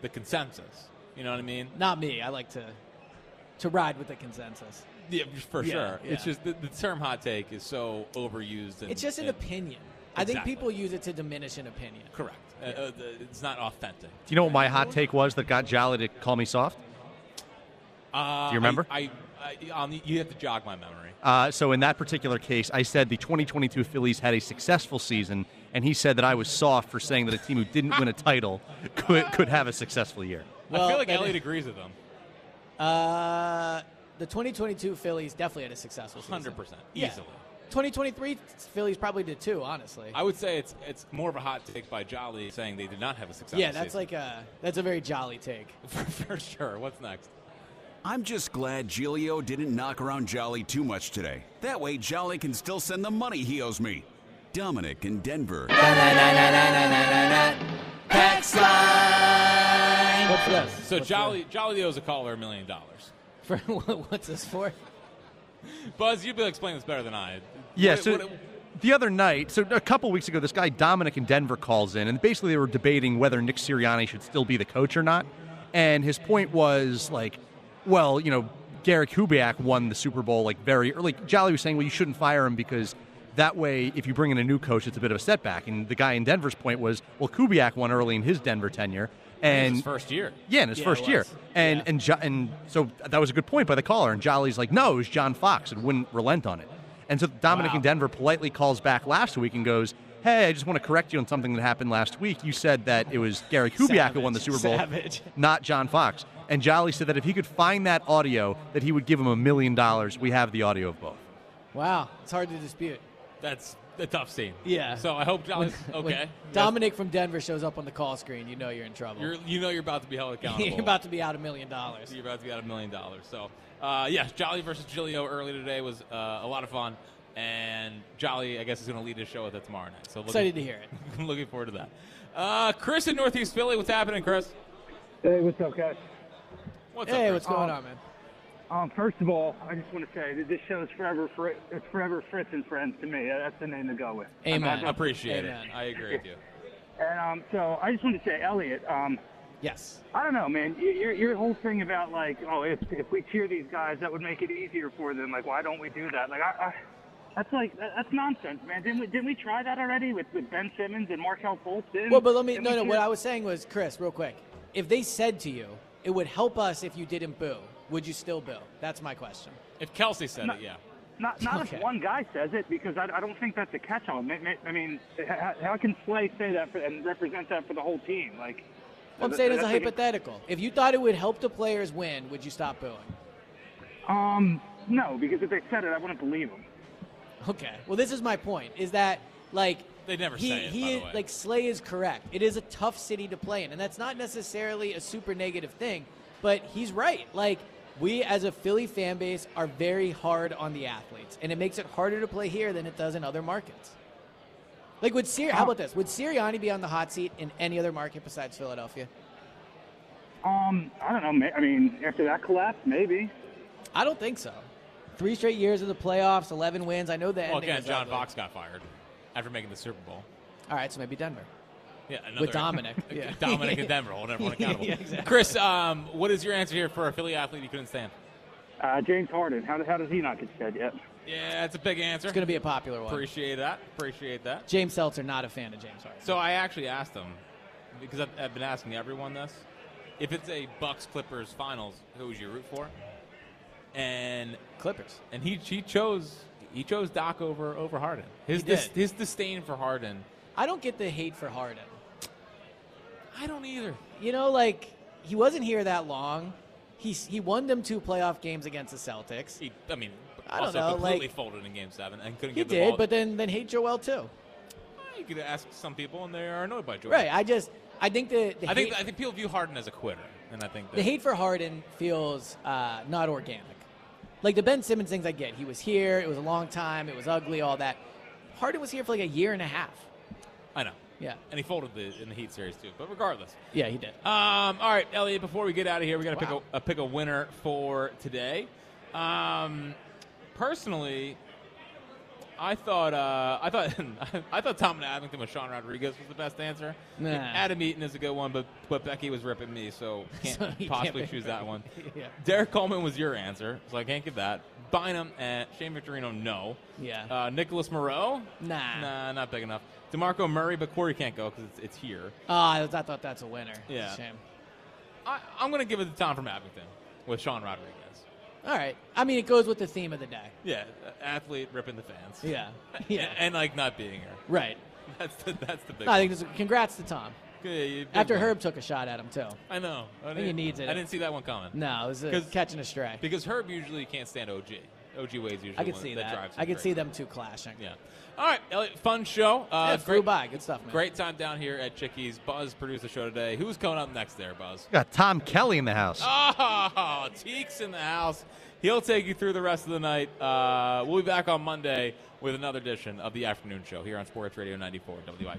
the consensus. You know what I mean? Not me. I like to to ride with the consensus. Yeah, for Yeah, sure. It's yeah. just the, the term hot take is so overused. And, It's just an and- opinion. I think Exactly. people use it to diminish an opinion. Correct. Uh, uh, the- it's not authentic. Do you know what my hot take was that got Jolly to call me soft? Uh, Do you remember? I, I, I, um, you have to jog my memory. Uh, so in that particular case, I said the 2022 Phillies had a successful season, and he said that I was soft for saying that a team who didn't win a title could, could have a successful year. I Well, feel like that Elliot is- agrees with them. Uh, the 2022 Phillies definitely had a successful season. 100%, Yeah. easily. 2023 Phillies probably did too, honestly. I would say it's it's more of a hot take by Jolly saying they did not have a successful yeah, that's season. like a that's a very jolly take. for sure. What's next? I'm just glad Gilio didn't knock around Jolly too much today. That way, Jolly can still send the money he owes me. Dominic in Denver. What's this? So Jolly Jolly owes a caller a million dollars. For what's this for? Buzz, you'd be able to explain this better than I. Yeah, What- so what- the other night, so a couple weeks ago, this guy Dominic in Denver calls in, and basically they were debating whether Nick Sirianni should still be the coach or not. And his point was like, well, you know, Garrett Kubiak won the Super Bowl like very early. Jolly was saying, well, you shouldn't fire him because that way, if you bring in a new coach, it's a bit of a setback. And the guy in Denver's point was, well, Kubiak won early in his Denver tenure, It was and his first year. yeah, in his Yeah, it first year. was. And and jo- and so that was a good point by the caller. And Jolly's like, no, it was John Fox, and wouldn't relent on it. And so Dominic in Denver politely calls back last week and goes, "Hey, I just want to correct you on something that happened last week. You said that it was Gary Kubiak who won the Super Bowl, Savage. not John Fox." And Jolly said that if he could find that audio, that he would give him a million dollars. We have the audio of both. Wow, it's hard to dispute. That's a tough scene. Yeah. So I hope Jolly's When- when okay. Dominic from Denver shows up on the call screen. You know you're in trouble. You're, you know you're about to be held accountable. You're about to be out a million dollars. You're about to be out a million dollars. So, uh, yes, Jolly versus Gilio early today was uh, a lot of fun. And Jolly, I guess, is going to lead his show with it tomorrow night. So looking, Excited to hear it. looking forward to that. Uh, Chris in Northeast Philly, what's happening, Chris? Hey, what's up, guys? What's hey, up, what's Chris? going Um, on, man? Um, first of all, I just want to say that this show is forever, Fri it's forever Fritz and Friends to me. That's the name to go with. Amen. I appreciate Amen. it. I agree with you. And um, so I just want to say, Elliot, um, Yes. I don't know, man. Y- Your your whole thing about like, oh, if if we cheer these guys, that would make it easier for them. Like, why don't we do that? Like, I, I that's like that, that's nonsense, man. Didn't we didn't we try that already with, with Ben Simmons and Markel Fultz? Didn't- Well, but let me. didn't No, we no. cheer- What I was saying was, Chris, real quick. If they said to you, it would help us if you didn't boo. Would you still boo? That's my question. If Kelsey said it, yeah. Not, not Okay. if one guy says it, because I, I don't think that's a catch-all. Ma- ma- I mean, h- h- how can Slay say that for, and represent that for the whole team? Like, What I'm that- saying is a that's like hypothetical. If you thought it would help the players win, would you stop booing? Um, no, because if they said it, I wouldn't believe them. Okay. Well, this is my point. Is that like They never he, say it, he by the is- way. like Slay is correct. It is a tough city to play in, and that's not necessarily a super negative thing. but he's right. Like we as a Philly fan base are very hard on the athletes, and it makes it harder to play here than it does in other markets. Like would Sir, how about this? Would Sirianni be on the hot seat in any other market besides Philadelphia? Um, I don't know. ma- I mean, after that collapse, maybe. I don't think so. Three straight years of the playoffs, eleven wins. I know the Well, ending again, is John ugly. Fox got fired after making the Super Bowl. All right, so maybe Denver. Yeah, another with Dominic. yeah. Dominic in Denver. Hold everyone accountable. Yeah, exactly. Chris, um, what is your answer here for a Philly athlete you couldn't stand? Uh, James Harden. How, how does he not get said yet? Yeah, that's a big answer. It's going to be a popular one. Appreciate that. Appreciate that. James Seltzer, not a fan of James Harden. So I actually asked him because I've, I've been asking everyone this: if it's a Bucks Clippers finals, who would you root for? And Clippers. And he he chose he chose Doc over over Harden. His He did. dis- his disdain for Harden. I don't get the hate for Harden. I don't either. You know, like he wasn't here that long. He's, he won them two playoff games against the Celtics. He, I mean, I don't also know. completely Like folded in Game Seven and couldn't he get the did, ball. but then then hate Joel too. you could ask some people, and they are annoyed by Jordan. Right. I just I think the, the I think hate, I think people view Harden as a quitter, and I think that the hate for Harden feels uh, not organic. Like the Ben Simmons things, I get. He was here. It was a long time. It was ugly. All that. Harden was here for like a year and a half. I know. Yeah. and he folded the, in the Heat series too. But regardless, Yeah, he did. Um, all right, Elliot. Before we get out of here, we got to pick a, uh pick a winner for today. Um, personally, I thought uh, I thought I thought Tom Adlington with Sean Rodriguez was the best answer. Nah. Adam Eaton is a good one, but but Becky was ripping me, so can't So you can't possibly pick choose her. that one. Yeah. Derek Coleman was your answer, so I can't give that. Bynum and Shane Victorino, no. Yeah. Uh, Nicholas Moreau, Nah. nah, not big enough. Demarco Murray, but Corey can't go because it's, it's here. Ah, I thought that's a winner. It's a Yeah. shame. I, I'm going to give it to Tom from Abington with Sean Rodriguez. All right. I mean, it goes with the theme of the day. Yeah, athlete ripping the fans. Yeah. yeah, and like not being here. Right. That's the that's the big. No, I think one. this is, congrats to Tom. Yeah, you- big After one. Herb took a shot at him too. I know. I think he didn't- needs it. I didn't see that one coming. No, it was a 'Cause- catching a stray. Because Herb usually can't stand OG. OG Wade's usually I could one see that, that. drives. I him could see crazy. them two clashing. Yeah. All right, Elliot, fun show. Uh, Yeah, flew by. Good stuff, man. Great time down here at Chickies. Buzz produced the show today. Who's coming up next there, Buzz? We got Tom Kelly in the house. Oh, Teek's in the house. He'll take you through the rest of the night. Uh, we'll be back on Monday with another edition of the afternoon show here on Sports Radio 94 WIP.